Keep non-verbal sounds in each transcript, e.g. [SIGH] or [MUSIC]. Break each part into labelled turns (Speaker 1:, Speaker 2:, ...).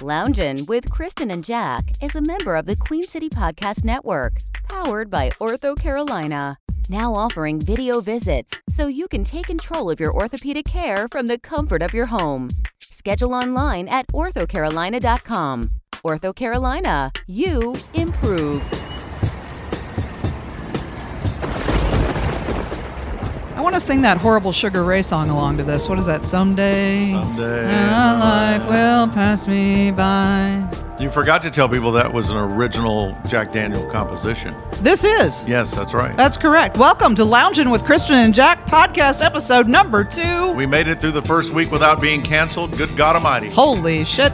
Speaker 1: Loungin' with Kristen and Jack is a member of the Queen City Podcast Network, powered by Ortho Carolina. Now offering video visits so you can take control of your orthopedic care from the comfort of your home. Schedule online at orthocarolina.com. Ortho Carolina, you improve.
Speaker 2: I want to sing that horrible Sugar Ray song along to this. What is that? Someday,
Speaker 3: Someday
Speaker 2: our
Speaker 3: my
Speaker 2: life will pass me by.
Speaker 3: You forgot to tell people that was an original Jack Daniel composition.
Speaker 2: This is.
Speaker 3: Yes, that's right.
Speaker 2: That's correct. Welcome to Lounging with Kristen and Jack podcast episode number two.
Speaker 3: we made it through the first week without being canceled. Good God Almighty.
Speaker 2: Holy shit.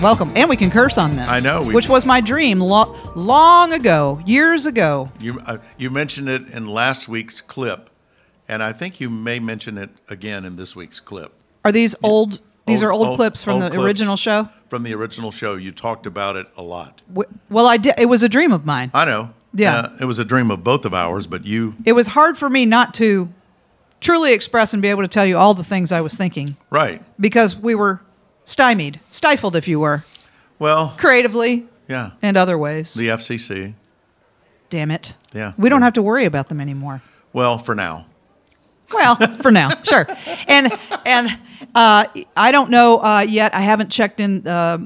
Speaker 2: Welcome. And we can curse on this.
Speaker 3: I know, we-
Speaker 2: which was my dream lo- long ago, years ago.
Speaker 3: You, uh, you mentioned it in last week's clip, and I think you may mention it again in this week's clip.
Speaker 2: Are these old, these are old, clips from
Speaker 3: old
Speaker 2: the
Speaker 3: clips
Speaker 2: original show?
Speaker 3: From the original show. You talked about it a lot.
Speaker 2: W- Well, I did. It was a dream of mine.
Speaker 3: I know.
Speaker 2: Yeah.
Speaker 3: Uh, it was a dream of both of ours, but you,
Speaker 2: It was hard for me not to truly express and be able to tell you all the things I was thinking
Speaker 3: right.
Speaker 2: because we were stymied, stifled, if you were,
Speaker 3: Well,
Speaker 2: creatively
Speaker 3: yeah.
Speaker 2: and other ways.
Speaker 3: The FCC.
Speaker 2: Damn it.
Speaker 3: Yeah.
Speaker 2: We don't have to worry about them anymore.
Speaker 3: Well, for now.
Speaker 2: Well, [LAUGHS] for now, sure. And and uh, I don't know uh, yet. I haven't checked in uh,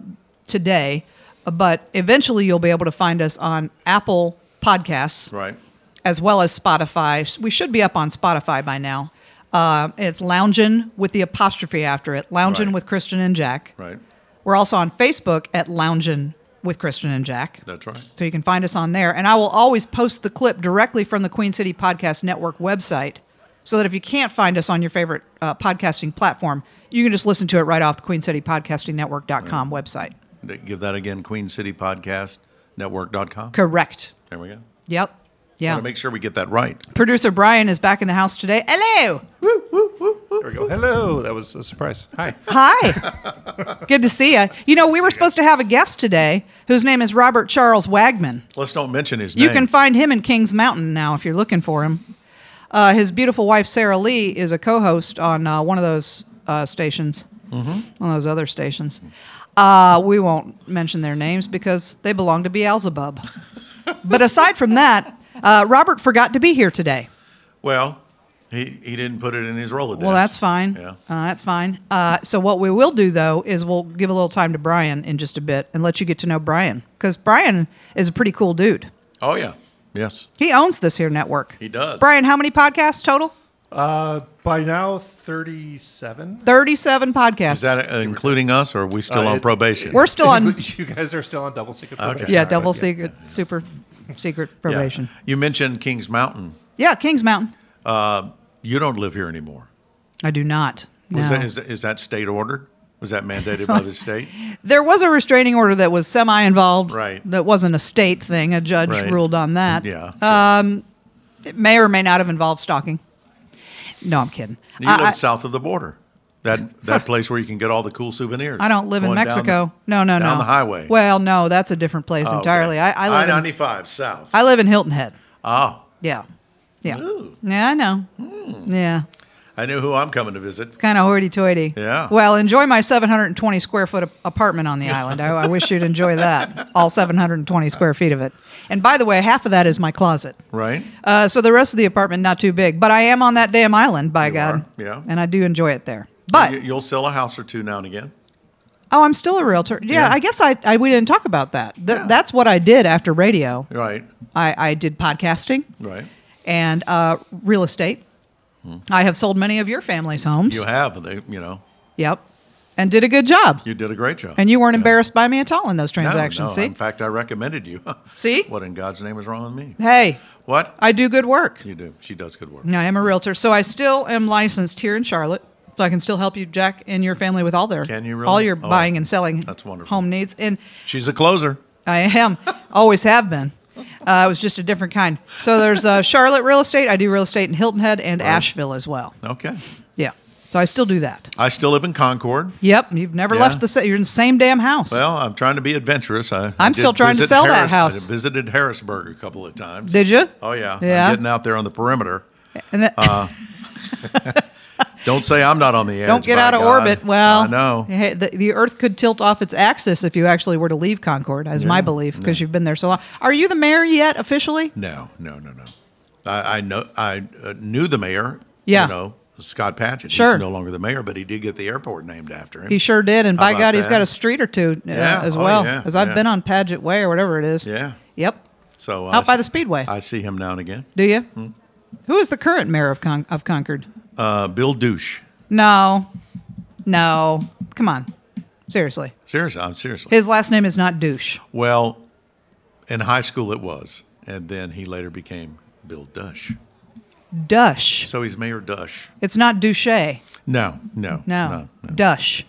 Speaker 2: today, but eventually you'll be able to find us on Apple Podcasts
Speaker 3: Right.
Speaker 2: as well as Spotify. We should be up on Spotify by now. Uh, it's Loungin' with the apostrophe after it. Loungin'
Speaker 3: Right.
Speaker 2: with Kristen and Jack.
Speaker 3: Right.
Speaker 2: We're also on Facebook at Loungin' with Kristen and Jack.
Speaker 3: That's right.
Speaker 2: So you can find us on there. And I will always post the clip directly from the Queen City Podcast Network website so that if you can't find us on your favorite uh, podcasting platform, you can just listen to it right off the queencitypodcastingnetwork.com website.
Speaker 3: Give that again, queencitypodcastnetwork.com.
Speaker 2: Correct.
Speaker 3: There we go.
Speaker 2: Yep.
Speaker 3: I
Speaker 2: Yeah.
Speaker 3: want to make sure we get that right.
Speaker 2: Producer Brian is back in the house today. Hello.
Speaker 4: There we go. Hello. That was a surprise. Hi.
Speaker 2: Hi. [LAUGHS] Good to see you. You know, we were supposed to have a guest today whose name is Robert Charles Wagman.
Speaker 3: Let's don't mention his name.
Speaker 2: You can find him in Kings Mountain now if you're looking for him. Uh, his beautiful wife Sarah Lee is a co-host on uh, one of those uh, stations,
Speaker 3: Mm-hmm.
Speaker 2: one of those other stations. Uh, we won't mention their names because they belong to
Speaker 3: [LAUGHS]
Speaker 2: Beelzebub. but aside from that, uh, Robert forgot to be here today.
Speaker 3: well, he, he didn't put it in his Rolodex.
Speaker 2: Well, that's fine.
Speaker 3: Yeah.
Speaker 2: Uh, that's fine. Uh, so what we will do though is we'll give a little time to Brian in just a bit and let you get to know Brian because Brian is a pretty cool dude.
Speaker 3: Oh, yeah. Yes.
Speaker 2: He owns this here network.
Speaker 3: He does.
Speaker 2: Brian, how many podcasts total?
Speaker 4: Uh, by now, 37.
Speaker 2: 37 podcasts.
Speaker 3: Is that uh, including us, or are we still
Speaker 4: Uh,
Speaker 3: on
Speaker 4: it-
Speaker 3: probation?
Speaker 2: We're still
Speaker 3: [LAUGHS]
Speaker 2: on,
Speaker 4: [LAUGHS] You guys are still on double secret probation.
Speaker 3: Okay.
Speaker 2: yeah,
Speaker 4: All right,
Speaker 2: double
Speaker 4: yeah.
Speaker 2: secret, super secret
Speaker 3: Yeah.
Speaker 2: probation.
Speaker 3: You mentioned Kings Mountain. Uh,
Speaker 2: Yeah. Kings Mountain.
Speaker 3: You don't live here anymore.
Speaker 2: I do not. No.
Speaker 3: Was that, is, is that state ordered? Was that mandated by
Speaker 2: [LAUGHS]
Speaker 3: the state?
Speaker 2: there was a restraining order that was semi involved.
Speaker 3: Right.
Speaker 2: That wasn't a state thing. A judge
Speaker 3: Right.
Speaker 2: ruled on that.
Speaker 3: Yeah.
Speaker 2: uh, It may or may not have involved stalking. No, I'm kidding.
Speaker 3: you
Speaker 2: I,
Speaker 3: live
Speaker 2: I-
Speaker 3: south of the border. That that place where you can get all the cool souvenirs.
Speaker 2: I don't live in
Speaker 3: Going down
Speaker 2: Mexico.
Speaker 3: the-
Speaker 2: no, no, no.
Speaker 3: down the highway.
Speaker 2: Well, no, that's a different place
Speaker 3: Oh, okay.
Speaker 2: entirely. I, I live. in,
Speaker 3: I-95 south.
Speaker 2: I live in Hilton Head.
Speaker 3: oh, Hmm.
Speaker 2: Yeah. Yeah. Yeah, I know. Yeah.
Speaker 3: I knew who I'm coming to visit.
Speaker 2: kind of hoity-toity.
Speaker 3: Yeah.
Speaker 2: Well, enjoy my 720 square foot a- apartment on the island.
Speaker 3: [LAUGHS]
Speaker 2: I, I wish you'd enjoy that, all 720 square feet of it. And by the way, half of that is my closet.
Speaker 3: Right?
Speaker 2: Uh, so the rest of the apartment not too big, but I am on that damn island, by
Speaker 3: You
Speaker 2: God.
Speaker 3: are, yeah.
Speaker 2: And I do enjoy it there. But
Speaker 3: You- you'll sell a house or two now and again.
Speaker 2: oh, I'm still a realtor. Yeah,
Speaker 3: Yeah.
Speaker 2: I guess I, I we didn't talk about that. Th- That's what I did after radio.
Speaker 3: Right.
Speaker 2: I, I did podcasting
Speaker 3: Right.
Speaker 2: and uh, real estate. I have sold many of your family's homes.
Speaker 3: Hmm. You have. They, you know,
Speaker 2: Yep. And did a good job.
Speaker 3: you did a great job.
Speaker 2: And you weren't embarrassed by me at all in those
Speaker 3: No,
Speaker 2: transactions.
Speaker 3: no,
Speaker 2: see?
Speaker 3: In fact, I recommended you. [LAUGHS]
Speaker 2: See?
Speaker 3: What in God's name is wrong with me?
Speaker 2: hey,
Speaker 3: What?
Speaker 2: I do good work.
Speaker 3: you do. She does good work.
Speaker 2: I am a realtor, so I still am licensed here in Charlotte. So I can still help you, Jack, and your family with all their
Speaker 3: Can you really?
Speaker 2: all your
Speaker 3: Oh,
Speaker 2: buying and selling
Speaker 3: that's wonderful.
Speaker 2: home needs. And
Speaker 3: She's a closer.
Speaker 2: I am [LAUGHS] always have been. Uh, I was just a different kind. So there's uh, Charlotte real estate. I do real estate in Hilton Head and Asheville as well.
Speaker 3: Okay.
Speaker 2: Yeah. So I still do that.
Speaker 3: I still live in Concord.
Speaker 2: Yep. You've never
Speaker 3: Yeah.
Speaker 2: left the. sa- You're in the same damn house.
Speaker 3: Well, I'm trying to be adventurous. I, I
Speaker 2: I'm
Speaker 3: did
Speaker 2: still trying to
Speaker 3: visit
Speaker 2: sell that
Speaker 3: Harris-
Speaker 2: house.
Speaker 3: I visited Harrisburg a couple of times.
Speaker 2: Did you?
Speaker 3: Oh yeah. I'm
Speaker 2: Yeah.
Speaker 3: uh, getting out there on the perimeter.
Speaker 2: and that,
Speaker 3: Don't say I'm not on the edge.
Speaker 2: Don't get
Speaker 3: by
Speaker 2: out of
Speaker 3: God.
Speaker 2: orbit. Well,
Speaker 3: I know.
Speaker 2: hey, The, the Earth could tilt off its axis if you actually were to leave Concord, as my belief, because you've been there so long. Are you the mayor yet officially?
Speaker 3: No, no, no, no. I, I know. I uh, knew the mayor.
Speaker 2: Yeah.
Speaker 3: You know, Scott Patchett.
Speaker 2: Sure.
Speaker 3: He's no longer the mayor, but he did get the airport named after him.
Speaker 2: He sure did, and by
Speaker 3: about
Speaker 2: God, he's
Speaker 3: that?
Speaker 2: got a street or two uh,
Speaker 3: Yeah,
Speaker 2: as
Speaker 3: oh,
Speaker 2: well.
Speaker 3: yeah,
Speaker 2: As I've
Speaker 3: yeah.
Speaker 2: been on Paget Way or whatever it is.
Speaker 3: Yeah.
Speaker 2: Yep.
Speaker 3: So
Speaker 2: Out
Speaker 3: I
Speaker 2: by
Speaker 3: s-
Speaker 2: the Speedway.
Speaker 3: I see him now and again.
Speaker 2: Do you?
Speaker 3: Hmm.
Speaker 2: Who is the current mayor of Con- of Concord?
Speaker 3: Uh, Bill Douche.
Speaker 2: No, no. Come on, seriously.
Speaker 3: Seriously, I'm seriously.
Speaker 2: His last name is not Douche.
Speaker 3: well, in high school it was, and then he later became Bill Dush.
Speaker 2: Dush.
Speaker 3: So he's Mayor Dush.
Speaker 2: It's not Douche.
Speaker 3: No, no, Uh,
Speaker 2: No, Dush.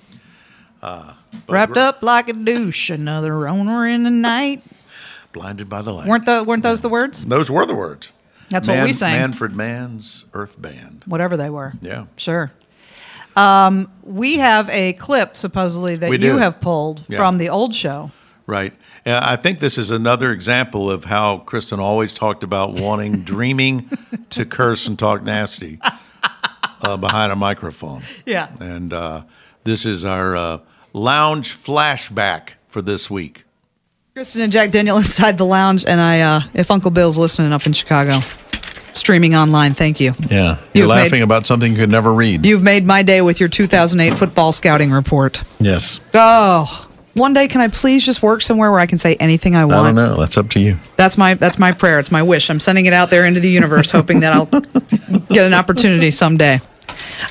Speaker 3: But
Speaker 2: Wrapped
Speaker 3: we're
Speaker 2: up like a douche, another owner in the night.
Speaker 3: blinded by the light.
Speaker 2: Weren't the weren't those the words?
Speaker 3: Those were the words.
Speaker 2: That's what we sang.
Speaker 3: Manfred Mann's Earth Band.
Speaker 2: Whatever they were.
Speaker 3: Yeah.
Speaker 2: Sure. Um, we have a clip supposedly that
Speaker 3: We
Speaker 2: you
Speaker 3: do.
Speaker 2: have pulled
Speaker 3: Yeah.
Speaker 2: from the old show.
Speaker 3: Right. Uh, I think this is another example of how Kristen always talked
Speaker 5: [LAUGHS]
Speaker 3: about wanting, dreaming to curse and talk nasty uh, behind a microphone.
Speaker 2: Yeah.
Speaker 3: And uh, this is our uh, lounge flashback for this week.
Speaker 5: Kristen and Jack Daniel [LAUGHS] inside the lounge, and I, uh, if Uncle Bill's listening up in Chicago, streaming online, thank you.
Speaker 3: Yeah.
Speaker 5: You've made- laughing
Speaker 3: about something you could never read.
Speaker 5: You've made my day with your 2008 football scouting report.
Speaker 3: yes.
Speaker 5: Oh, one day can I please just work somewhere where I can say anything I want?
Speaker 3: know. That's up to you.
Speaker 5: That's my that's my prayer. It's my wish. I'm sending it out there into the universe, hoping that I'll [LAUGHS] get an opportunity someday.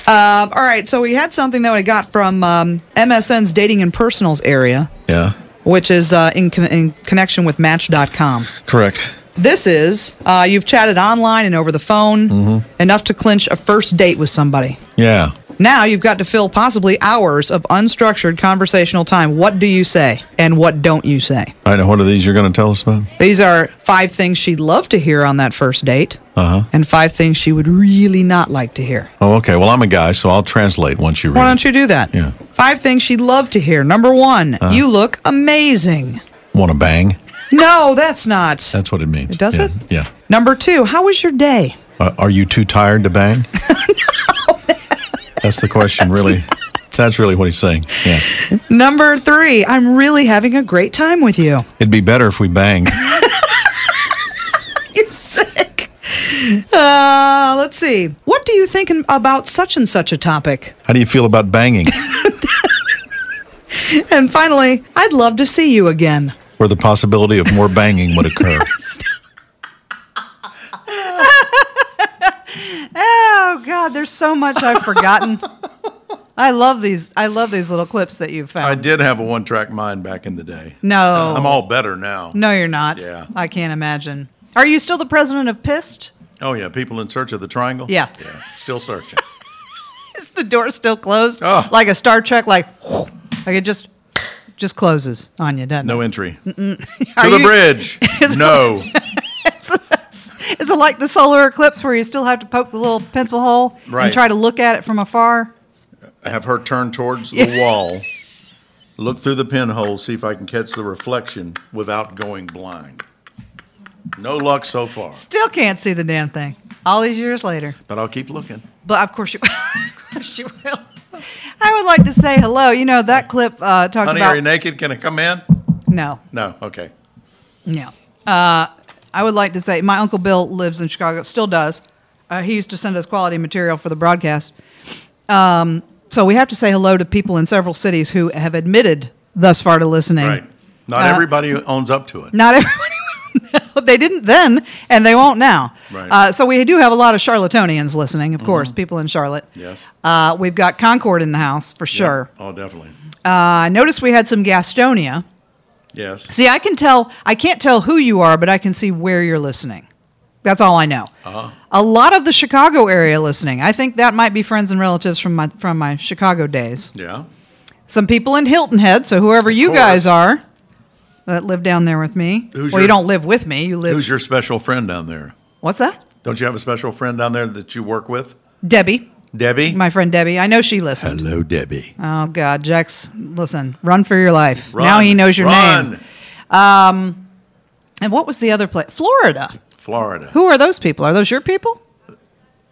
Speaker 5: Um, all right, so we had something that I got from um, MSN's dating and personals area,
Speaker 6: Yeah,
Speaker 5: which is uh, in, con- in connection with Match.com.
Speaker 6: correct.
Speaker 5: This is uh, you've chatted online and over the phone enough to clinch a first date with somebody.
Speaker 6: Yeah.
Speaker 5: Now you've got to fill possibly hours of unstructured conversational time. What do you say and what don't you say?
Speaker 6: I know. What are these you're going to tell us about?
Speaker 5: These are five things she'd love to hear on that first date
Speaker 6: Uh huh.
Speaker 5: and five things she would really not like to hear.
Speaker 6: Oh, okay. Well, I'm a guy, so I'll translate once you read.
Speaker 5: Why
Speaker 6: it.
Speaker 5: don't you do that?
Speaker 6: Yeah. Uh-huh.
Speaker 5: Five things she'd love to hear. Number one, you look amazing.
Speaker 6: Want to bang?
Speaker 5: No, that's not.
Speaker 6: That's what it means.
Speaker 5: It does
Speaker 6: yeah.
Speaker 5: it?
Speaker 6: Yeah.
Speaker 5: Number two, how was your day?
Speaker 6: Uh, are you too tired to
Speaker 2: [LAUGHS]
Speaker 6: bang? That's the question,
Speaker 2: [LAUGHS]
Speaker 6: really. That's really what he's saying. Yeah.
Speaker 5: Number three, I'm really having a great time with you. [LAUGHS]
Speaker 6: It'd be better if we
Speaker 2: [LAUGHS]
Speaker 6: banged.
Speaker 5: You're sick. Uh, let's see. What do you think in- about such and such a topic?
Speaker 6: How do you feel about banging?
Speaker 5: And finally, I'd love to see you again.
Speaker 6: Where the possibility of more banging would
Speaker 2: [LAUGHS]
Speaker 6: occur.
Speaker 2: Oh God, there's so much I've forgotten.
Speaker 3: [LAUGHS]
Speaker 2: I love these. I love these little clips that you've
Speaker 3: I
Speaker 2: found.
Speaker 3: did have a one track mind back in the day.
Speaker 2: No.
Speaker 3: I'm all better now.
Speaker 2: no, you're not.
Speaker 3: Yeah.
Speaker 2: I can't imagine. Are you still the president of Pissed?
Speaker 3: Oh, yeah. People in search of the triangle?
Speaker 2: Yeah.
Speaker 3: Yeah. Still searching.
Speaker 2: [LAUGHS] Is the door still closed?
Speaker 3: Oh.
Speaker 2: Like a Star Trek, like [LAUGHS] like it just just closes on you, doesn't
Speaker 3: No
Speaker 2: it?
Speaker 3: entry.
Speaker 2: Are
Speaker 3: to the
Speaker 2: you-
Speaker 3: bridge.
Speaker 2: Is-
Speaker 3: no.
Speaker 2: [LAUGHS] Is it like the solar eclipse where you still have to poke the little pencil hole and
Speaker 3: Right.
Speaker 2: try to look at it from afar?
Speaker 3: have her turn towards the wall, look through the pinhole, see if I can catch the reflection without going blind. No luck so far,
Speaker 2: Still can't see the damn thing. All these years later.
Speaker 3: but I'll keep looking.
Speaker 2: But of course you, [LAUGHS] of course you will. I would like to say hello. You know that clip uh, talked
Speaker 3: Honey,
Speaker 2: about.
Speaker 3: are you naked? Can I come in?
Speaker 2: no,
Speaker 3: No. Okay.
Speaker 2: no. Uh, I would like to say my uncle Bill lives in Chicago. Still does. Uh, he used to send us quality material for the broadcast. Um, so we have to say hello to people in several cities who have admitted thus far to listening.
Speaker 3: Right. Not
Speaker 2: Uh,
Speaker 3: everybody owns up to it.
Speaker 2: Not [LAUGHS] everybody will know. They didn't then, and they won't now.
Speaker 3: Right. Mm-hmm.
Speaker 2: Uh, so we do have a lot of charlatanians listening, of course, people in Charlotte.
Speaker 3: Yes.
Speaker 2: Uh, we've got Concord in the house for sure.
Speaker 3: Oh, definitely.
Speaker 2: I noticed we had some Gastonia.
Speaker 3: Yes.
Speaker 2: See, I can tell, I can't tell who you are, but I can see where you're listening. That's all I know.
Speaker 3: Uh-huh.
Speaker 2: A lot of the Chicago area listening. I think that might be friends and relatives from my from my Chicago days.
Speaker 3: yeah.
Speaker 2: Some people in Hilton Head. So whoever you
Speaker 3: course.
Speaker 2: guys are that live down there with me.
Speaker 3: Who's
Speaker 2: well, you
Speaker 3: your-
Speaker 2: don't live with me. You live.
Speaker 3: Who's your special friend down there?
Speaker 2: what's that?
Speaker 3: Don't you have a special friend down there that you work with?
Speaker 2: Debbie,
Speaker 3: Debbie?
Speaker 2: my friend Debbie. I know she listened.
Speaker 3: Hello, Debbie.
Speaker 2: Oh God, Jax, listen, run for your life. now he knows your
Speaker 3: run.
Speaker 2: name. And what was the other place? Florida.
Speaker 3: Florida.
Speaker 2: Who are those people? Are those your people?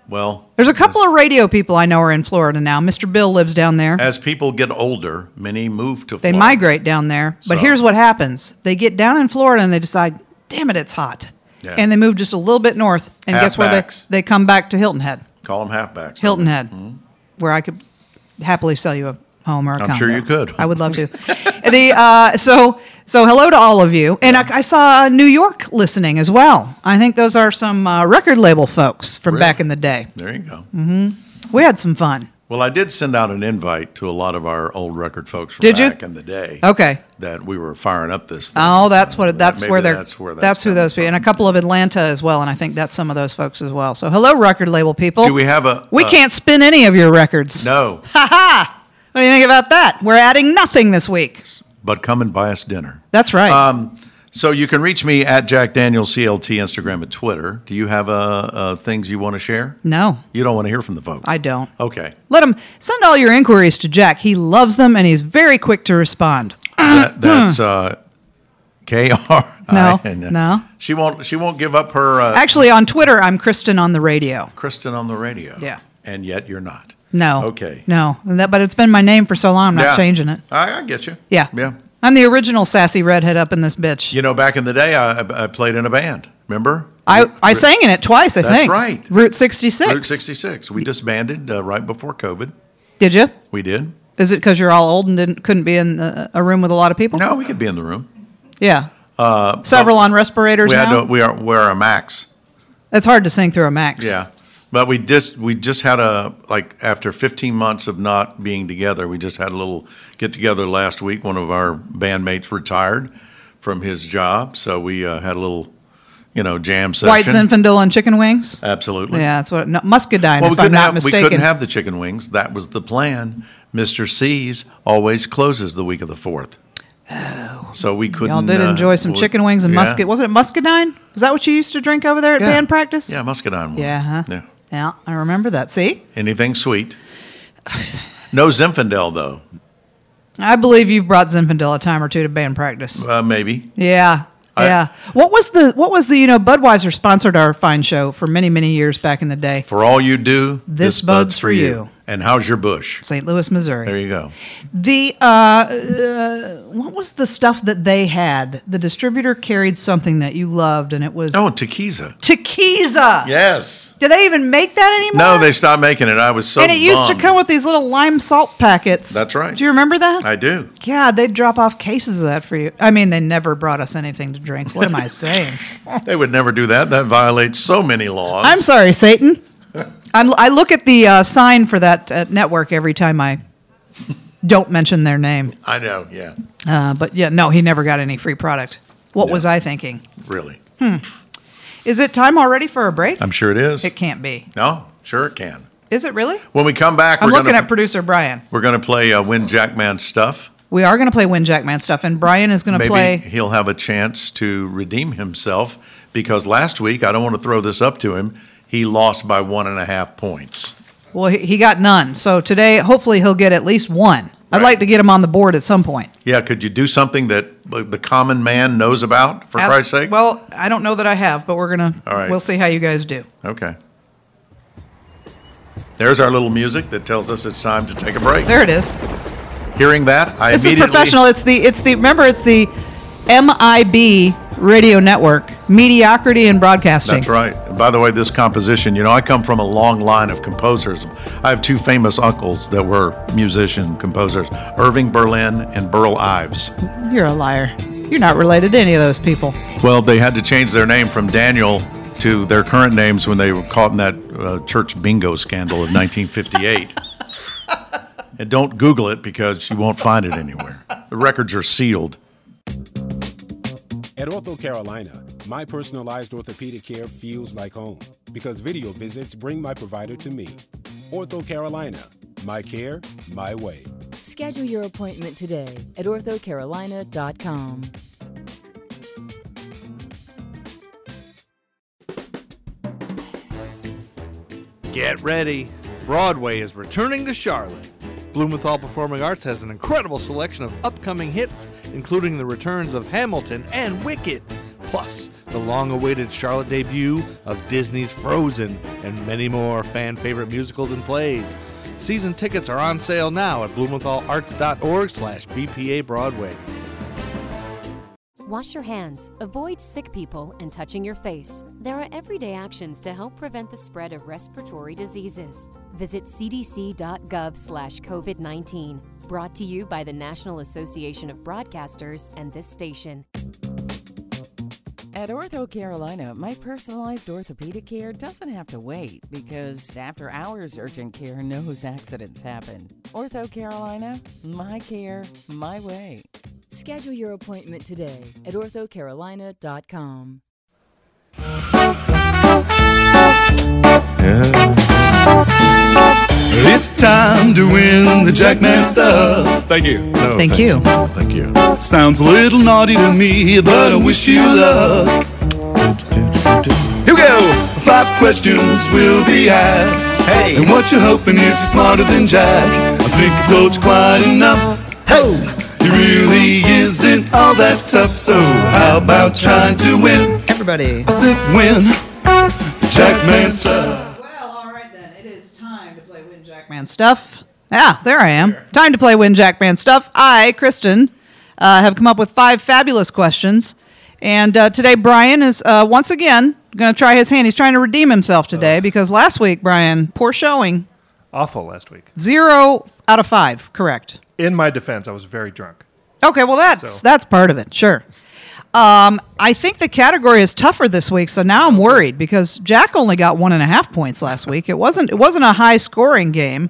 Speaker 3: Well,
Speaker 2: There's a couple of radio people I know are in Florida now. Mr. Bill lives down there.
Speaker 3: as people get older, many move to
Speaker 2: They
Speaker 3: Florida.
Speaker 2: migrate down there. But
Speaker 3: So-
Speaker 2: here's what happens they get down in Florida and they decide, damn it, it's hot.
Speaker 3: Yeah.
Speaker 2: And they move just a little bit north. And guess where they,
Speaker 3: Halfbacks. Mm-hmm.
Speaker 2: they come back to Hilton Head?
Speaker 3: Call them halfbacks.
Speaker 2: Hilton Head, where I could happily sell you a home or a
Speaker 3: I'm sure
Speaker 2: condo.
Speaker 3: you could.
Speaker 2: I would love to. [LAUGHS] the uh, so so hello to all of you, and I, I saw New York listening as well. I think those are some uh, record label folks from
Speaker 3: Really?
Speaker 2: back in the day.
Speaker 3: There you go.
Speaker 2: We had some fun.
Speaker 3: Well, I did send out an invite to a lot of our old record folks from
Speaker 2: Did you? Oh.
Speaker 3: back in the day.
Speaker 2: Okay.
Speaker 3: That we were firing up this. Thing.
Speaker 2: Oh, that's what.
Speaker 3: That-
Speaker 2: That's
Speaker 3: maybe
Speaker 2: where they're.
Speaker 3: That's where. That's,
Speaker 2: who
Speaker 3: coming
Speaker 2: those be, and
Speaker 3: from.
Speaker 2: a couple of Atlanta as well, and I think that's some of those folks as well. So hello, record label people.
Speaker 3: Do we have a-
Speaker 2: We
Speaker 3: uh,
Speaker 2: can't spin any of your records.
Speaker 3: No,
Speaker 2: What do you think about that? We're adding nothing this week.
Speaker 3: but come and buy us dinner.
Speaker 2: That's right.
Speaker 3: Um, So you can reach me at Jack Daniels CLT Instagram and Twitter. Do you have uh, uh, things you want to share?
Speaker 2: no,
Speaker 3: You don't want to hear from the folks.
Speaker 2: I don't.
Speaker 3: Okay.
Speaker 2: Let him send all your inquiries to Jack. He loves them and he's very quick to respond.
Speaker 3: that, that's uh, K R.
Speaker 2: No, no.
Speaker 3: She won't. She won't give up her uh,
Speaker 2: Actually, on Twitter, I'm Kristen on the radio.
Speaker 3: Kristen on the radio.
Speaker 2: Yeah.
Speaker 3: And yet you're not.
Speaker 2: No.
Speaker 3: Okay.
Speaker 2: No, And that- but it's been my name for so long, I'm not
Speaker 3: Yeah.
Speaker 2: changing it.
Speaker 3: I, I get you.
Speaker 2: Yeah.
Speaker 3: Yeah.
Speaker 2: I'm the original sassy redhead up in this bitch.
Speaker 3: You know, back in the day, I, I- I played in a band. Remember?
Speaker 2: I,
Speaker 3: Route-
Speaker 2: I sang in it twice, I
Speaker 3: That's
Speaker 2: think.
Speaker 3: right.
Speaker 2: Route 66.
Speaker 3: Route 66. We disbanded uh, right before COVID.
Speaker 2: Did you?
Speaker 3: We did.
Speaker 2: Is it because you're all old and didn't, couldn't be in a, a room with a lot of people?
Speaker 3: No, we could be in the room.
Speaker 2: Yeah. Uh, Several on respirators
Speaker 3: We had
Speaker 2: now.
Speaker 3: to. We are. We're a max.
Speaker 2: That's hard to sing through a max.
Speaker 3: Yeah. But we just we just had a like after 15 months of not being together, we just had a little get together last week. One of our bandmates retired from his job, so we uh, had a little, you know, jam session.
Speaker 2: White Zinfandel and chicken wings.
Speaker 3: Absolutely.
Speaker 2: Yeah, that's what no, muscadine.
Speaker 3: Well, we
Speaker 2: if I'm
Speaker 3: couldn't
Speaker 2: not
Speaker 3: have
Speaker 2: mistaken.
Speaker 3: we couldn't have the chicken wings. That was the plan. Mr. C's always closes the week of the fourth. Oh. So we couldn't.
Speaker 2: Y'all did
Speaker 3: uh,
Speaker 2: enjoy some
Speaker 3: we-
Speaker 2: chicken wings and
Speaker 3: yeah.
Speaker 2: muscad. Wasn't it muscadine? Was that what you used to drink over there at
Speaker 3: Yeah.
Speaker 2: band practice?
Speaker 3: Yeah, muscadine. one.
Speaker 2: Yeah, huh?
Speaker 3: Yeah.
Speaker 2: Yeah, I remember that. See,
Speaker 3: Anything sweet. No Zinfandel though.
Speaker 2: I believe you've brought Zinfandel a time or two to band practice.
Speaker 3: Uh, maybe.
Speaker 2: Yeah.
Speaker 3: I-
Speaker 2: yeah. What was the what was the you know Budweiser sponsored our fine show for many many years back in the day,
Speaker 3: For all you do,
Speaker 2: This bud's for you.
Speaker 3: And how's your bush?
Speaker 2: St. Louis, Missouri.
Speaker 3: There you go.
Speaker 2: The uh, uh, what was the stuff that they had? The distributor carried something that you loved, and it was
Speaker 3: Oh, Tequila.
Speaker 2: Tequila.
Speaker 3: Yes.
Speaker 2: Do they even make that anymore?
Speaker 3: No, they stopped making it. I was so.
Speaker 2: and it used to
Speaker 3: bummed.
Speaker 2: come with these little lime salt packets.
Speaker 3: That's right.
Speaker 2: Do you remember that?
Speaker 3: I do.
Speaker 2: God, they'd drop off cases of that for you. I mean, they never brought us anything to drink. What am
Speaker 3: [LAUGHS]
Speaker 2: I saying?
Speaker 3: They would never do that. That violates so many laws.
Speaker 2: I'm sorry, Satan. [LAUGHS] I'm, I look at the uh, sign for that uh, network every time I don't mention their name.
Speaker 3: I know. Yeah.
Speaker 2: Uh, but yeah, no, he never got any free product. What
Speaker 3: No.
Speaker 2: was I thinking?
Speaker 3: Really.
Speaker 2: Is it time already for a break?
Speaker 3: I'm sure it is.
Speaker 2: it can't be.
Speaker 3: No, sure it can.
Speaker 2: Is it really?
Speaker 3: When we come back,
Speaker 2: I'm
Speaker 3: we're
Speaker 2: looking
Speaker 3: gonna,
Speaker 2: at producer Brian.
Speaker 3: we're going to play uh, Win Jackman stuff.
Speaker 2: We are going to play Win Jackman stuff, and Brian is going to
Speaker 3: Maybe
Speaker 2: play.
Speaker 3: he'll have a chance to redeem himself because last week I don't want to throw this up to him. He lost by one and a half points.
Speaker 2: Well, he, he got none. So today, hopefully, he'll get at least one. I'd
Speaker 3: Right.
Speaker 2: like to get him on the board at some point.
Speaker 3: Yeah, could you do something that uh, the common man knows about, for
Speaker 2: Abs-
Speaker 3: Christ's sake?
Speaker 2: Well, I don't know that I have, but we're gonna.
Speaker 3: All right.
Speaker 2: We'll see how you guys do.
Speaker 3: okay. There's our little music that tells us it's time to take a break.
Speaker 2: There it is.
Speaker 3: Hearing that, I
Speaker 2: This is
Speaker 3: immediately
Speaker 2: professional. It's the. It's the. Remember, it's the MIB radio network, mediocrity in broadcasting.
Speaker 3: That's right. And by the way, this composition, you know, I come from a long line of composers. I have two famous uncles that were musician composers, Irving Berlin and Burl Ives.
Speaker 2: You're a liar. You're not related to any of those people.
Speaker 3: Well, they had to change their name from Daniel to their current names when they were caught in that uh, church bingo scandal of
Speaker 7: [LAUGHS]
Speaker 3: 1958. and don't Google it because you won't find it anywhere. The records are sealed.
Speaker 8: At Ortho Carolina, my personalized orthopedic care feels like home because video visits bring my provider to me. Ortho Carolina, my care, my way.
Speaker 9: Schedule your appointment today at orthocarolina.com.
Speaker 7: Get ready. Broadway is returning to Charlotte. Blumenthal Performing Arts has an incredible selection of upcoming hits, including the returns of Hamilton and Wicked, plus the long awaited Charlotte debut of Disney's Frozen, and many more fan favorite musicals and plays. Season tickets are on sale now at blumenthalarts.org slash BPA Broadway.
Speaker 1: Wash your hands, avoid sick people, and touching your face. There are everyday actions to help prevent the spread of respiratory diseases. Visit cdc.gov slash COVID 19. Brought to you by the National Association of Broadcasters and this station.
Speaker 10: At Ortho Carolina, my personalized orthopedic care doesn't have to wait because after hours urgent care knows accidents happen. Ortho Carolina, my care, my way.
Speaker 9: Schedule your appointment today at orthocarolina.com.
Speaker 7: It's time to win the Jackman stuff. Thank you.
Speaker 6: No,
Speaker 5: Thank you.
Speaker 6: Thank you.
Speaker 7: Sounds a little naughty to me, but I wish you luck. Here we go. Five questions will be asked. Hey. And what you're hoping is you're smarter than Jack. I think I told you quite enough. Ho! He really isn't all that tough, so how about trying to win?
Speaker 5: Everybody.
Speaker 7: I said win. Jackman stuff.
Speaker 2: Well, all right then. It is time to play Win Jackman stuff. Yeah, there I am. Time to play Win Jackman stuff. I, Kristen, uh, have come up with five fabulous questions, and uh, today Brian is uh, once again going to try his hand. He's trying to redeem himself today because last week Brian, poor showing,
Speaker 4: Awful last week.
Speaker 2: zero out of five, correct?
Speaker 4: In my defense, I was very drunk.
Speaker 2: Okay, well that's
Speaker 4: So-
Speaker 2: that's part of it, sure. Um, I think the category is tougher this week, so now I'm worried because Jack only got one and a half points last week. It wasn't it wasn't a high scoring game.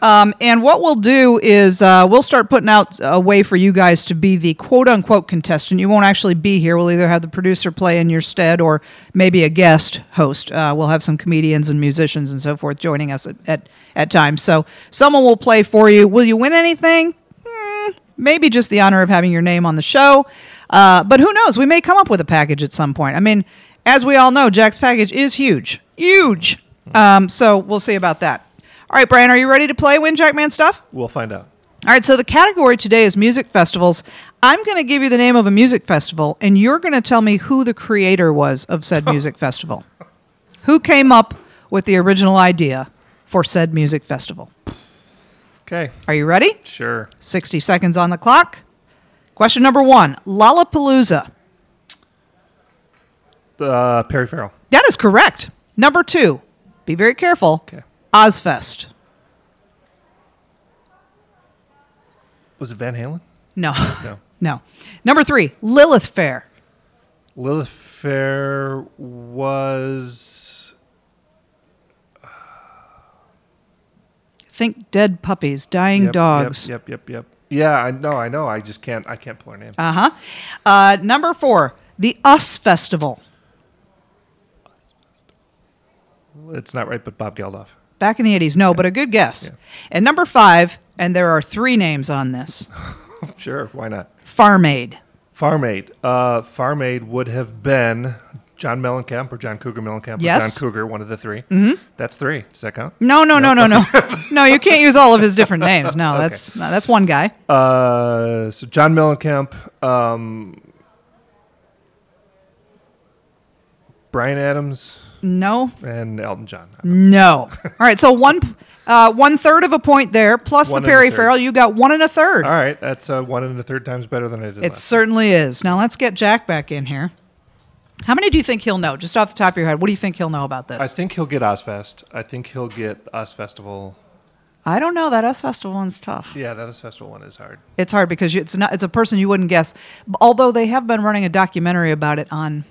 Speaker 2: Um, and what we'll do is uh, we'll start putting out a way for you guys to be the quote unquote contestant. You won't actually be here. We'll either have the producer play in your stead or maybe a guest host. Uh, we'll have some comedians and musicians and so forth joining us at, at, at times. So someone will play for you. Will you win anything? Mm, maybe just the honor of having your name on the show. Uh, but who knows? We may come up with a package at some point. I mean, as we all know, Jack's package is huge. Huge. Um, so we'll see about that. All right, Brian, are you ready to play Win Jackman stuff?
Speaker 4: We'll find out.
Speaker 2: All right, so the category today is music festivals. I'm going to give you the name of a music festival, and you're going to tell me who the creator was of said music festival. Who came up with the original idea for said music festival?
Speaker 4: Okay.
Speaker 2: Are you ready?
Speaker 4: Sure.
Speaker 2: 60 seconds on the clock. Question number one Lollapalooza.
Speaker 4: Uh, Perry Farrell.
Speaker 2: That is correct. Number two, be very careful.
Speaker 4: Okay.
Speaker 2: Ozfest.
Speaker 4: Was it Van Halen?
Speaker 2: No.
Speaker 4: No.
Speaker 2: [LAUGHS] No. Number three, Lilith Fair.
Speaker 4: Lilith Fair was.
Speaker 2: Think dead puppies, dying
Speaker 4: yep,
Speaker 2: dogs.
Speaker 4: Yep, yep, yep, yep. Yeah, I know, I know. I just can't. I can't pull her name.
Speaker 2: Uh-huh. Uh Number four, the Us Festival.
Speaker 4: it's not right, but Bob Geldof.
Speaker 2: Back in the 80s. No, but a good guess. And number five, and there are three names on
Speaker 4: [LAUGHS]
Speaker 2: this
Speaker 4: Sure, why not?
Speaker 2: Farm Aid.
Speaker 4: Farm Aid. Uh, Farm Aid would have been John Mellencamp or John Cougar Mellencamp
Speaker 2: Yes.
Speaker 4: or John Cougar, one of the 3 Mm-hmm. That's three. Does that count?
Speaker 2: No, no, no, no,
Speaker 4: [LAUGHS]
Speaker 2: no. no, you can't use all of his different names. No, that's no, that's one guy.
Speaker 4: Uh, so John Mellencamp, um, Brian Adams,
Speaker 2: No,
Speaker 4: and Elton John.
Speaker 2: Mm-hmm. No. All right. So one uh, one third of a point there, plus
Speaker 4: One
Speaker 2: the
Speaker 4: and a
Speaker 2: Perry
Speaker 4: third.
Speaker 2: Farrell. You got one and a third.
Speaker 4: All right, that's uh, one and a third times better than I did.
Speaker 2: It certainly is. Now let's get Jack back in here. How many do you think he'll know? Just off the top of your head, what do you think he'll know about this?
Speaker 4: last. I think he'll get Ozfest. I think he'll get Us Festival.
Speaker 2: I don't know. That US Festival one's tough.
Speaker 4: Yeah, that Us Festival one is hard.
Speaker 2: It's hard because you, it's not. It's a person you wouldn't guess. B- Although they have been running a documentary about it on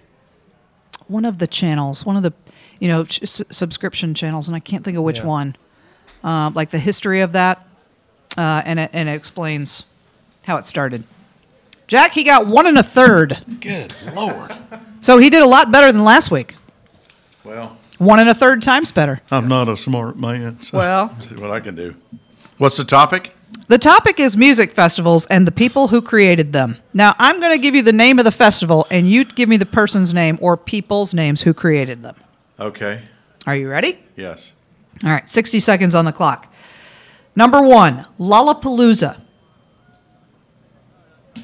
Speaker 2: one of the channels, one of the you know ch- s- subscription channels, and I can't think of which
Speaker 4: Yeah.
Speaker 2: one. Uh, like the history of that, uh, and it, and it explains how it started. Jack, he got one and a third,
Speaker 6: Good Lord.
Speaker 2: so he did a lot better than last week.
Speaker 3: Well,
Speaker 2: One and a third times better.
Speaker 6: I'm not a smart man. so-
Speaker 2: Well.
Speaker 3: [LAUGHS] see what I can do. What's the topic?
Speaker 2: The topic is music festivals and the people who created them. Now, I'm going to give you the name of the festival, and you give me the person's name or people's names who created them.
Speaker 3: Okay.
Speaker 2: Are you ready?
Speaker 3: Yes.
Speaker 2: All right, 60 seconds on the clock. Number one, Lollapalooza.
Speaker 3: Uh,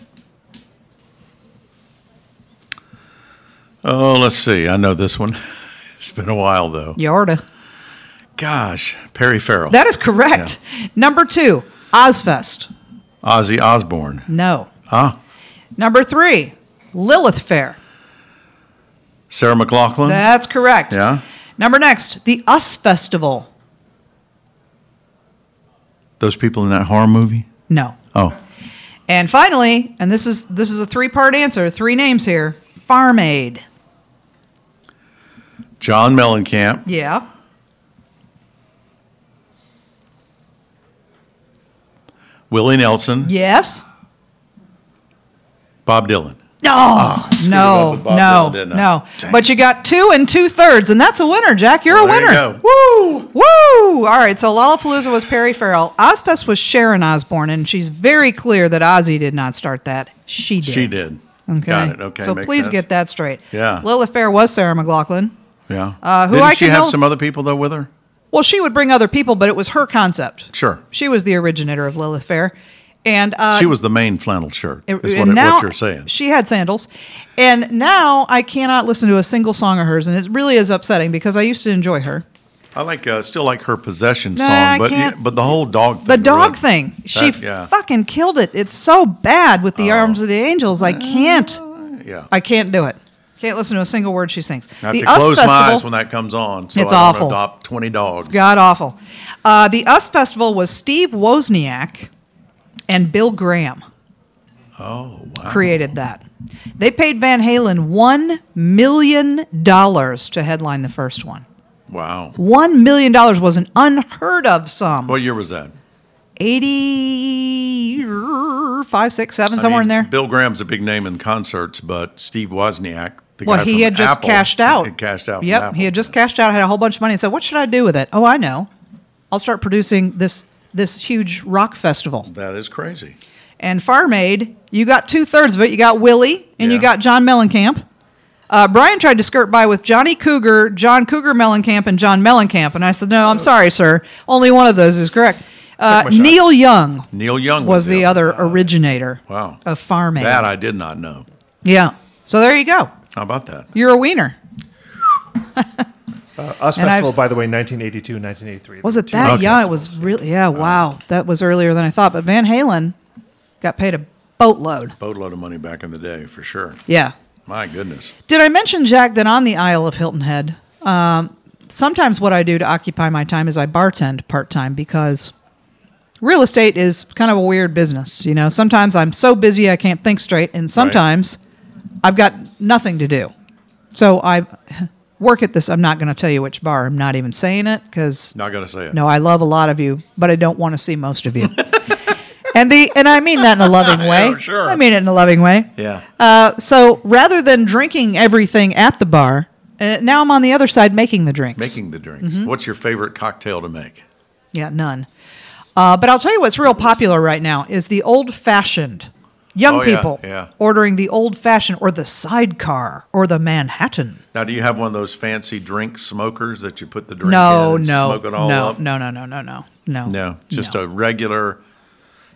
Speaker 3: Oh, let's see. I know this one. [LAUGHS] it's been a while though.
Speaker 2: Yarda.
Speaker 3: Gosh, Perry Farrell.
Speaker 2: That is correct. Number two, Ozfest.
Speaker 3: Yeah. Ozzy Osbourne.
Speaker 2: No.
Speaker 3: Ah,
Speaker 2: Number three, Lilith Fair.
Speaker 3: Sarah McLaughlin.
Speaker 2: That's correct.
Speaker 3: yeah.
Speaker 2: Number next, the Us Festival.
Speaker 3: Those people in that horror movie.
Speaker 2: No.
Speaker 3: Oh,
Speaker 2: And finally, and this is this is a three part answer, three names here. Farm Aid.
Speaker 3: John Mellencamp.
Speaker 2: Yeah.
Speaker 3: Willie Nelson.
Speaker 2: Yes.
Speaker 3: Bob Dylan.
Speaker 2: No.
Speaker 3: Ah,
Speaker 2: no.
Speaker 3: with Bob
Speaker 2: no.
Speaker 3: Dylan, didn't I?
Speaker 2: no.
Speaker 3: Dang.
Speaker 2: But you got two and two thirds, and that's a winner, Jack. You're
Speaker 3: Well,
Speaker 2: a winner.
Speaker 3: there you
Speaker 2: Woo! Woo! All right. So Lollapalooza was Perry Farrell. Ozfest was Sharon Osbourne, and she's very clear that Ozzy did not start that. She did.
Speaker 3: She did.
Speaker 2: Okay.
Speaker 3: Got it. Okay.
Speaker 2: So
Speaker 3: makes
Speaker 2: please
Speaker 3: sense.
Speaker 2: get that straight.
Speaker 3: Yeah.
Speaker 2: Lilith Fair was Sarah McLaughlin.
Speaker 3: Yeah.
Speaker 2: Uh, who
Speaker 3: Didn't
Speaker 2: I
Speaker 3: she
Speaker 2: can
Speaker 3: have
Speaker 2: know-
Speaker 3: some other people though with her?
Speaker 2: Well, she would bring other people, but it was her concept.
Speaker 3: Sure.
Speaker 2: She was the originator of Lilith Fair, and uh,
Speaker 3: she was the main flannel shirt.
Speaker 2: it-
Speaker 3: is what,
Speaker 2: and
Speaker 3: it-
Speaker 2: now-
Speaker 3: what you're saying.
Speaker 2: She had sandals, and now I cannot listen to a single song of hers, and it really is upsetting because I used to enjoy her.
Speaker 3: I like uh, still like her possession
Speaker 2: No,
Speaker 3: song,
Speaker 2: I
Speaker 3: but
Speaker 2: can't.
Speaker 3: but the whole dog thing.
Speaker 2: The dog
Speaker 3: really-
Speaker 2: thing, she
Speaker 3: That- yeah. Oh.
Speaker 2: fucking killed it. It's so bad with the arms of the angels. I can't.
Speaker 3: yeah.
Speaker 2: I can't do it. Can't listen to a single word she sings.
Speaker 3: I have
Speaker 2: the
Speaker 3: to
Speaker 2: Us
Speaker 3: close
Speaker 2: Festival,
Speaker 3: my eyes when that comes on. So
Speaker 2: It's
Speaker 3: I don't
Speaker 2: awful.
Speaker 3: Adopt twenty dogs.
Speaker 2: God awful. Uh, the US Festival was Steve Wozniak and Bill Graham
Speaker 3: Oh wow.
Speaker 2: created that. They paid Van Halen one million dollars to headline the first one.
Speaker 3: Wow.
Speaker 2: One million dollars was an unheard of sum.
Speaker 3: What year was that?
Speaker 2: Eighty five, six, seven,
Speaker 3: I
Speaker 2: somewhere
Speaker 3: mean,
Speaker 2: in there.
Speaker 3: Bill Graham's a big name in concerts, but Steve Wozniak, the
Speaker 2: Well,
Speaker 3: guy
Speaker 2: he
Speaker 3: from
Speaker 2: had just
Speaker 3: Apple,
Speaker 2: cashed out.
Speaker 3: Had cashed out. from
Speaker 2: Yep,
Speaker 3: Apple.
Speaker 2: he had just cashed out. Had a whole bunch of money and said, "What should I do with it? Oh, I know. I'll start producing this this huge rock festival."
Speaker 3: That is crazy.
Speaker 2: and Farm Aid, you got two thirds of it. You got Willie and you
Speaker 3: Yeah.
Speaker 2: got John Mellencamp. Uh, Brian tried to skirt by with Johnny Cougar, John Cougar Mellencamp, and John Mellencamp. And I said, No, I'm sorry, sir. Only one of those is correct. Uh,
Speaker 4: my shot.
Speaker 2: Neil Young
Speaker 3: Neil Young
Speaker 2: was the
Speaker 3: other.
Speaker 2: other originator
Speaker 3: Wow.
Speaker 2: of Farm Aid.
Speaker 3: That I did not know.
Speaker 2: yeah. So there you go.
Speaker 3: How about that?
Speaker 2: You're a wiener.
Speaker 4: Uh, Us
Speaker 2: And I've-
Speaker 4: Festival, by the way, 1982 and 1983.
Speaker 2: Was
Speaker 4: There
Speaker 2: it
Speaker 4: were two
Speaker 2: that?
Speaker 4: Us
Speaker 2: Yeah, it
Speaker 4: festivals.
Speaker 2: was really. Yeah, wow. That was earlier than I thought. But Van Halen got paid a boatload.
Speaker 3: Boatload of money back in the day, for sure.
Speaker 2: Yeah.
Speaker 3: My goodness.
Speaker 2: Did I mention, Jack, that on the Isle of Hilton Head, um, sometimes what I do to occupy my time is I bartend part time because real estate is kind of a weird business. You know, sometimes I'm so busy I can't think straight, and sometimes I've got nothing to do. So I [LAUGHS] work at this. I'm not going to tell you which bar. I'm not even saying it because
Speaker 3: Not going to say it.
Speaker 2: no, I love a lot of you, but I don't want to see most of
Speaker 3: [LAUGHS]
Speaker 2: you. and the and I mean that in a loving way.
Speaker 3: Yeah, sure.
Speaker 2: I mean it in a loving way.
Speaker 3: Yeah.
Speaker 2: Uh, so rather than drinking everything at the bar, uh, now I'm on the other side making the drinks.
Speaker 3: Making the drinks.
Speaker 2: mm-hmm.
Speaker 3: What's your favorite cocktail to make?
Speaker 2: Yeah, none. Uh, but I'll tell you what's real popular right now is the old fashioned. Young
Speaker 3: Oh, yeah,
Speaker 2: people
Speaker 3: yeah.
Speaker 2: ordering the old fashioned or the sidecar or the Manhattan.
Speaker 3: Now, do you have one of those fancy drink smokers that you put the drink
Speaker 2: no,
Speaker 3: in and
Speaker 2: no,
Speaker 3: smoke it all
Speaker 2: no,
Speaker 3: up?
Speaker 2: no, no, no, no, no, no,
Speaker 3: No, just a regular.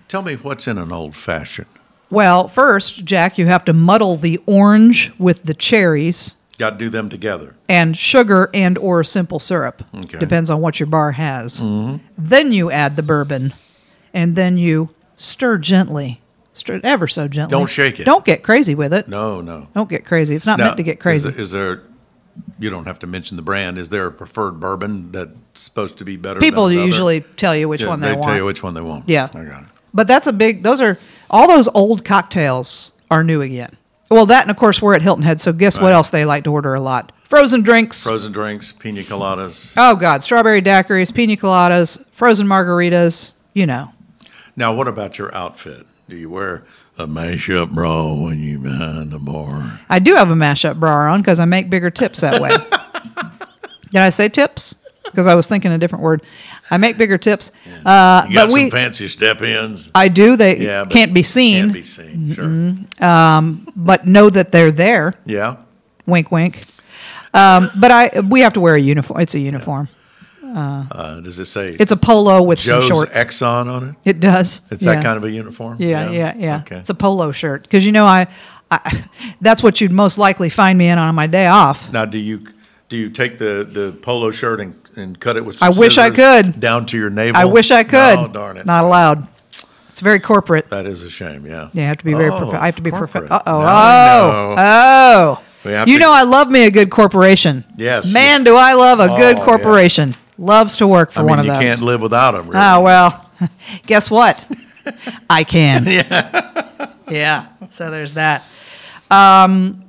Speaker 3: Tell me what's in an old fashioned.
Speaker 2: Well, first, Jack, you have to muddle the orange with the cherries
Speaker 3: Got to do them together.
Speaker 2: and sugar and or simple syrup.
Speaker 3: Okay.
Speaker 2: Depends on what your bar has. Then you add the bourbon and then you stir gently. Stir it ever so gently.
Speaker 3: Don't shake it.
Speaker 2: Don't get crazy with it.
Speaker 3: No, no.
Speaker 2: Don't get crazy. It's not
Speaker 3: Now,
Speaker 2: Oh, meant to get crazy.
Speaker 3: Is, is there? You don't have to mention the brand. Is there a preferred bourbon that's supposed to be better? than
Speaker 2: People
Speaker 3: another?
Speaker 2: usually tell you which
Speaker 3: Yeah,
Speaker 2: one they,
Speaker 3: they
Speaker 2: want.
Speaker 3: tell you which one they want.
Speaker 2: Yeah.
Speaker 3: I got it.
Speaker 2: But that's a big. Those are all those old cocktails are new again. Well, that and of course we're at Hilton Head, so guess what
Speaker 3: Right.
Speaker 2: else they like to order a lot? Frozen drinks.
Speaker 3: Frozen drinks, pina coladas.
Speaker 2: oh God, strawberry daiquiris, pina coladas, frozen margaritas. You know,
Speaker 3: Now, what about your outfit? Do you wear a mashup bra when you behind the bar?
Speaker 2: I do have a mashup bra on because I make bigger tips
Speaker 3: [LAUGHS]
Speaker 2: that way. Did I say tips? Because I was thinking a different word. I make bigger tips, uh,
Speaker 3: You got
Speaker 2: but
Speaker 3: some
Speaker 2: we.
Speaker 3: fancy step ins.
Speaker 2: I do. They
Speaker 3: Yeah, but
Speaker 2: can't be seen,
Speaker 3: Can't be seen. Sure.
Speaker 2: but know that they're there.
Speaker 3: Yeah.
Speaker 2: Wink, wink. Um, but I we have to wear a uniform. It's a uniform.
Speaker 3: Uh, does it say
Speaker 2: It's a polo with
Speaker 3: Joe's
Speaker 2: some shorts.
Speaker 3: Exxon on it?
Speaker 2: it does.
Speaker 3: It's that kind of a uniform.
Speaker 2: Yeah, yeah, yeah.
Speaker 3: Okay.
Speaker 2: It's a polo shirt because you know I I, [LAUGHS] that's what you'd most likely find me in on my day off.
Speaker 3: Now, do you do you take the, the polo shirt and, and cut it with? Some
Speaker 2: I wish I
Speaker 3: scissors
Speaker 2: could.
Speaker 3: down to your navel.
Speaker 2: I wish I could.
Speaker 3: Oh darn it!
Speaker 2: Not allowed. It's very corporate.
Speaker 3: That is a shame. Yeah.
Speaker 2: Yeah, I have to be very.
Speaker 3: Oh,
Speaker 2: Prof- I have to be
Speaker 3: corporate.
Speaker 2: professional. Uh oh. Oh.
Speaker 3: No, no.
Speaker 2: Oh.
Speaker 3: We have
Speaker 2: You
Speaker 3: to-
Speaker 2: know, I love me a good corporation.
Speaker 3: Yes.
Speaker 2: Man, do I love a good
Speaker 3: Oh, yeah.
Speaker 2: corporation. Loves to work for
Speaker 3: I mean,
Speaker 2: one of
Speaker 3: you
Speaker 2: those.
Speaker 3: can't live without them. Really.
Speaker 2: Oh well. [LAUGHS] Guess what? I can.
Speaker 3: [LAUGHS] yeah.
Speaker 2: yeah. So there's that. Um,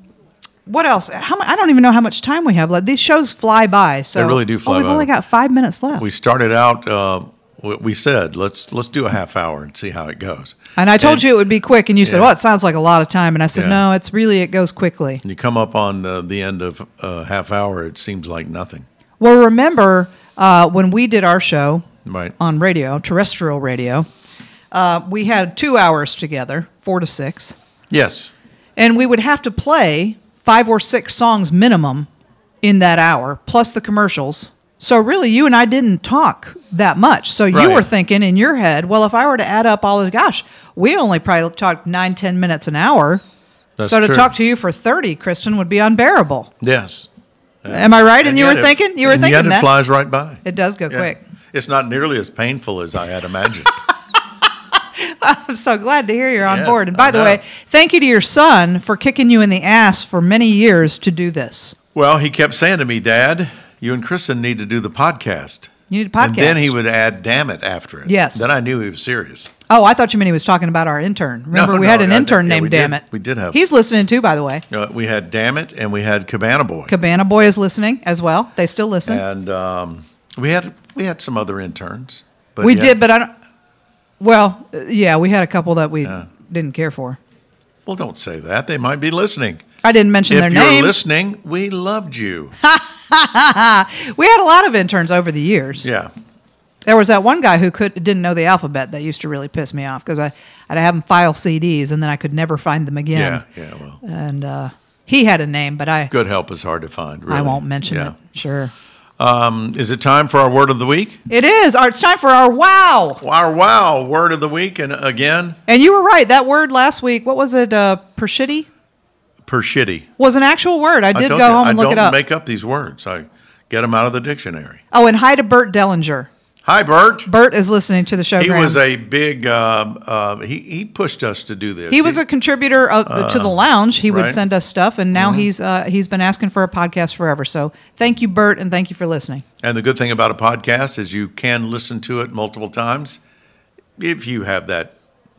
Speaker 2: what else? How mu- I don't even know how much time we have left. These shows fly by. So
Speaker 3: They really do fly
Speaker 2: oh, we've
Speaker 3: by.
Speaker 2: only got five minutes left.
Speaker 3: We started out. Uh, we- we said let's let's do a half hour and see how it goes.
Speaker 2: and I told you it would be quick, and you said,
Speaker 3: Yeah.
Speaker 2: "Well, it sounds like a lot of time." And I said,
Speaker 3: Yeah.
Speaker 2: "No, it's really it goes quickly."
Speaker 3: And you come up on uh, the end of uh, half hour, it seems like nothing.
Speaker 2: Well, remember uh, when we did our show
Speaker 3: Right.
Speaker 2: on radio, terrestrial radio, uh, we had two hours together, four to six,
Speaker 3: Yes.
Speaker 2: and we would have to play five or six songs minimum in that hour, plus the commercials. So really, you and I didn't talk that much. So you
Speaker 3: Right.
Speaker 2: were thinking in your head, well, if I were to add up all the gosh, we only probably talked nine, ten minutes an hour.
Speaker 3: That's
Speaker 2: so to
Speaker 3: true.
Speaker 2: talk to you for thirty, Kristen, would be unbearable.
Speaker 3: Yes.
Speaker 2: Am I right? And, you were
Speaker 3: yet it-
Speaker 2: thinking, you were
Speaker 3: and
Speaker 2: thinking
Speaker 3: yet it
Speaker 2: that
Speaker 3: flies right by.
Speaker 2: it does go
Speaker 3: Yeah.
Speaker 2: quick.
Speaker 3: It's not nearly as painful as I had imagined. [LAUGHS]
Speaker 2: I'm so glad to hear you're on
Speaker 3: Yes,
Speaker 2: board. And
Speaker 3: I
Speaker 2: by the
Speaker 3: know.
Speaker 2: way, thank you to your son for kicking you in the ass for many years to do this.
Speaker 3: well, he kept saying to me, Dad, you and Kristen need to do the podcast.
Speaker 2: You need a podcast.
Speaker 3: And then he would add damn it after it.
Speaker 2: Yes.
Speaker 3: Then I knew he was serious.
Speaker 2: oh, I thought you meant he was talking about our intern. Remember,
Speaker 3: No,
Speaker 2: we
Speaker 3: no,
Speaker 2: had an
Speaker 3: I-
Speaker 2: intern
Speaker 3: yeah,
Speaker 2: named
Speaker 3: we did-
Speaker 2: Damn It.
Speaker 3: we did have-
Speaker 2: He's listening too, by the way.
Speaker 3: Uh, we had damn it and we had Cabana Boy.
Speaker 2: Cabana Boy is listening as well. They still listen.
Speaker 3: and um, we had we had some other interns. But
Speaker 2: we
Speaker 3: yeah.
Speaker 2: did, but I don't. Well, uh, yeah, we had a couple that we didn't care for.
Speaker 3: Well, don't say that. They might be listening.
Speaker 2: I didn't mention
Speaker 3: if
Speaker 2: their
Speaker 3: you're
Speaker 2: names.
Speaker 3: listening, we loved you.
Speaker 2: [LAUGHS] we had a lot of interns over the years.
Speaker 3: yeah.
Speaker 2: There was that one guy who could didn't know the alphabet that used to really piss me off because I I'd have him file CDs and then I could never find them again.
Speaker 3: Yeah. Yeah. Well,
Speaker 2: And uh, he had a name, but I
Speaker 3: good help is hard to find. Really.
Speaker 2: I won't mention
Speaker 3: yeah.
Speaker 2: it. Sure,
Speaker 3: Um, is it time for our word of the week?
Speaker 2: it is. Our, it's time for our wow.
Speaker 3: Our wow word of the week, and again,
Speaker 2: And you were right. That word last week. What was it? Uh, pershitty
Speaker 3: per shitty.
Speaker 2: was an actual word. I
Speaker 3: I
Speaker 2: did go
Speaker 3: told you,
Speaker 2: home
Speaker 3: I
Speaker 2: and look
Speaker 3: don't
Speaker 2: it up.
Speaker 3: make up these words. I get them out of the dictionary.
Speaker 2: oh, and hi to Bert Dellinger.
Speaker 3: Hi, Bert.
Speaker 2: Bert is listening to the show.
Speaker 3: He
Speaker 2: Graham.
Speaker 3: was a big. Uh, uh, he he pushed us to do this.
Speaker 2: he was a contributor of, to the lounge. He would
Speaker 3: Um, right. Mm-hmm.
Speaker 2: send us stuff, and now he's uh, he's been asking for a podcast forever. So thank you, Bert, and thank you for listening.
Speaker 3: And the good thing about a podcast is you can listen to it multiple times if you have that.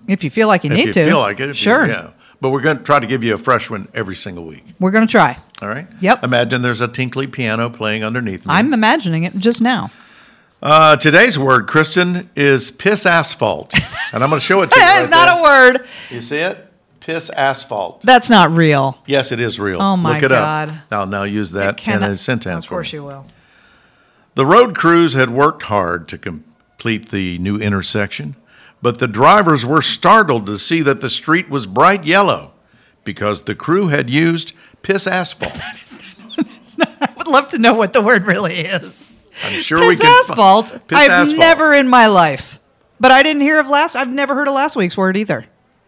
Speaker 2: If you feel like you
Speaker 3: if
Speaker 2: need
Speaker 3: you
Speaker 2: to,
Speaker 3: feel like it. if you-
Speaker 2: sure,
Speaker 3: yeah. But we're going to try to give you a fresh one every single week.
Speaker 2: we're gonna try.
Speaker 3: All right.
Speaker 2: Yep.
Speaker 3: Imagine there's a tinkly piano playing underneath me.
Speaker 2: I'm imagining it just now.
Speaker 3: Uh, today's word, Kristen, is piss
Speaker 2: [LAUGHS]
Speaker 3: asphalt, and I'm going to show it to you.
Speaker 2: That
Speaker 3: right
Speaker 2: is not
Speaker 3: there.
Speaker 2: a word.
Speaker 3: You see it? Piss asphalt.
Speaker 2: That's not real.
Speaker 3: Yes, it is real.
Speaker 2: Oh, my
Speaker 3: Look it
Speaker 2: God.
Speaker 3: Up. I'll now use that in a
Speaker 2: Cannot-
Speaker 3: sentence.
Speaker 2: Of
Speaker 3: for
Speaker 2: course
Speaker 3: you.
Speaker 2: you will.
Speaker 3: The road crews had worked hard to complete the new intersection, but the drivers were startled to see that the street was bright yellow because the crew had used piss
Speaker 2: [LAUGHS]
Speaker 3: asphalt.
Speaker 2: I would love to know what the word really is.
Speaker 3: I'm sure we
Speaker 2: piss
Speaker 3: can fi-
Speaker 2: asphalt.
Speaker 3: Piss
Speaker 2: I've
Speaker 3: asphalt.
Speaker 2: never in my life, but I didn't hear of last. I've never heard of last week's word either.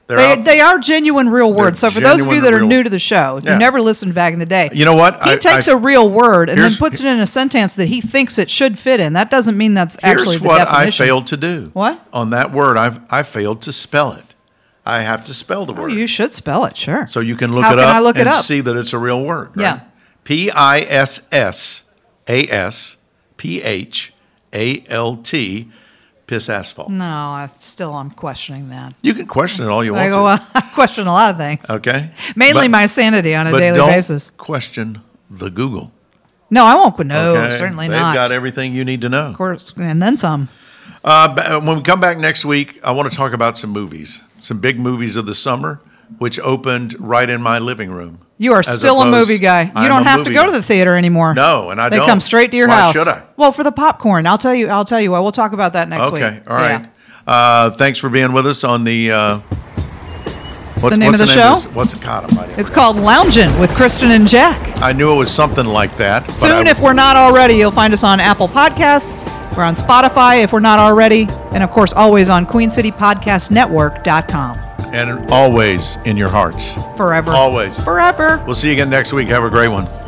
Speaker 3: They're
Speaker 2: they,
Speaker 3: out-
Speaker 2: they are genuine real words. So for those of you
Speaker 3: genuine
Speaker 2: that are
Speaker 3: real-
Speaker 2: new to the show, if you
Speaker 3: Yeah.
Speaker 2: never listened back in the day,
Speaker 3: You know what?
Speaker 2: He
Speaker 3: I-
Speaker 2: takes
Speaker 3: I-
Speaker 2: a real word and then
Speaker 3: Here's-
Speaker 2: puts it in a sentence that he thinks it should fit in. That doesn't mean that's
Speaker 3: Here's
Speaker 2: actually the
Speaker 3: what
Speaker 2: definition.
Speaker 3: I failed to do.
Speaker 2: What?
Speaker 3: On that word, I've, I failed to spell it. I have to spell the
Speaker 2: Oh,
Speaker 3: word.
Speaker 2: you should spell it, sure.
Speaker 3: so you can look
Speaker 2: How
Speaker 3: it
Speaker 2: can
Speaker 3: up
Speaker 2: I look it
Speaker 3: and
Speaker 2: up?
Speaker 3: see that it's a real word. Right?
Speaker 2: Yeah.
Speaker 3: P I S S A S P H A L T, piss asphalt.
Speaker 2: No, I still I'm questioning that.
Speaker 3: You can question it all you
Speaker 2: I
Speaker 3: want
Speaker 2: go,
Speaker 3: to.
Speaker 2: well, [LAUGHS] I question a lot of things.
Speaker 3: Okay.
Speaker 2: [LAUGHS] Mainly
Speaker 3: But-
Speaker 2: my sanity on a
Speaker 3: but
Speaker 2: daily
Speaker 3: don't
Speaker 2: basis.
Speaker 3: Question the Google.
Speaker 2: No, I won't. No,
Speaker 3: okay?
Speaker 2: Oh, certainly
Speaker 3: They've
Speaker 2: not.
Speaker 3: got everything you need to know.
Speaker 2: of course, and then some.
Speaker 3: Uh, ba- when we come back next week, I want to talk about some movies, some big movies of the summer, which opened right in my living room.
Speaker 2: You are
Speaker 3: As
Speaker 2: still a
Speaker 3: opposed-
Speaker 2: movie guy. You
Speaker 3: I'm
Speaker 2: don't
Speaker 3: a
Speaker 2: have to
Speaker 3: movie
Speaker 2: go
Speaker 3: guy.
Speaker 2: to the theater anymore.
Speaker 3: No, and I
Speaker 2: they
Speaker 3: don't.
Speaker 2: come straight to your
Speaker 3: Why
Speaker 2: house.
Speaker 3: should I?
Speaker 2: Well, for the popcorn, I'll tell you. I'll tell you. I will talk about that next week.
Speaker 3: Okay, all
Speaker 2: Yeah.
Speaker 3: right. Uh, thanks for being with us on the. Uh, what,
Speaker 2: The name
Speaker 3: what's
Speaker 2: of the
Speaker 3: of
Speaker 2: show?
Speaker 3: this- what's it called? I might have
Speaker 2: It's
Speaker 3: forgotten.
Speaker 2: called Loungin' with Kristen and Jack.
Speaker 3: I knew it was something like that. but
Speaker 2: Soon,
Speaker 3: I-
Speaker 2: if we're not already, you'll find us on Apple Podcasts. We're on Spotify if we're not already, and of course, always on QueenCityPodcastNetwork.com.
Speaker 3: and always in your hearts.
Speaker 2: Forever.
Speaker 3: Always.
Speaker 2: Forever.
Speaker 3: We'll see you again next week. Have a great one.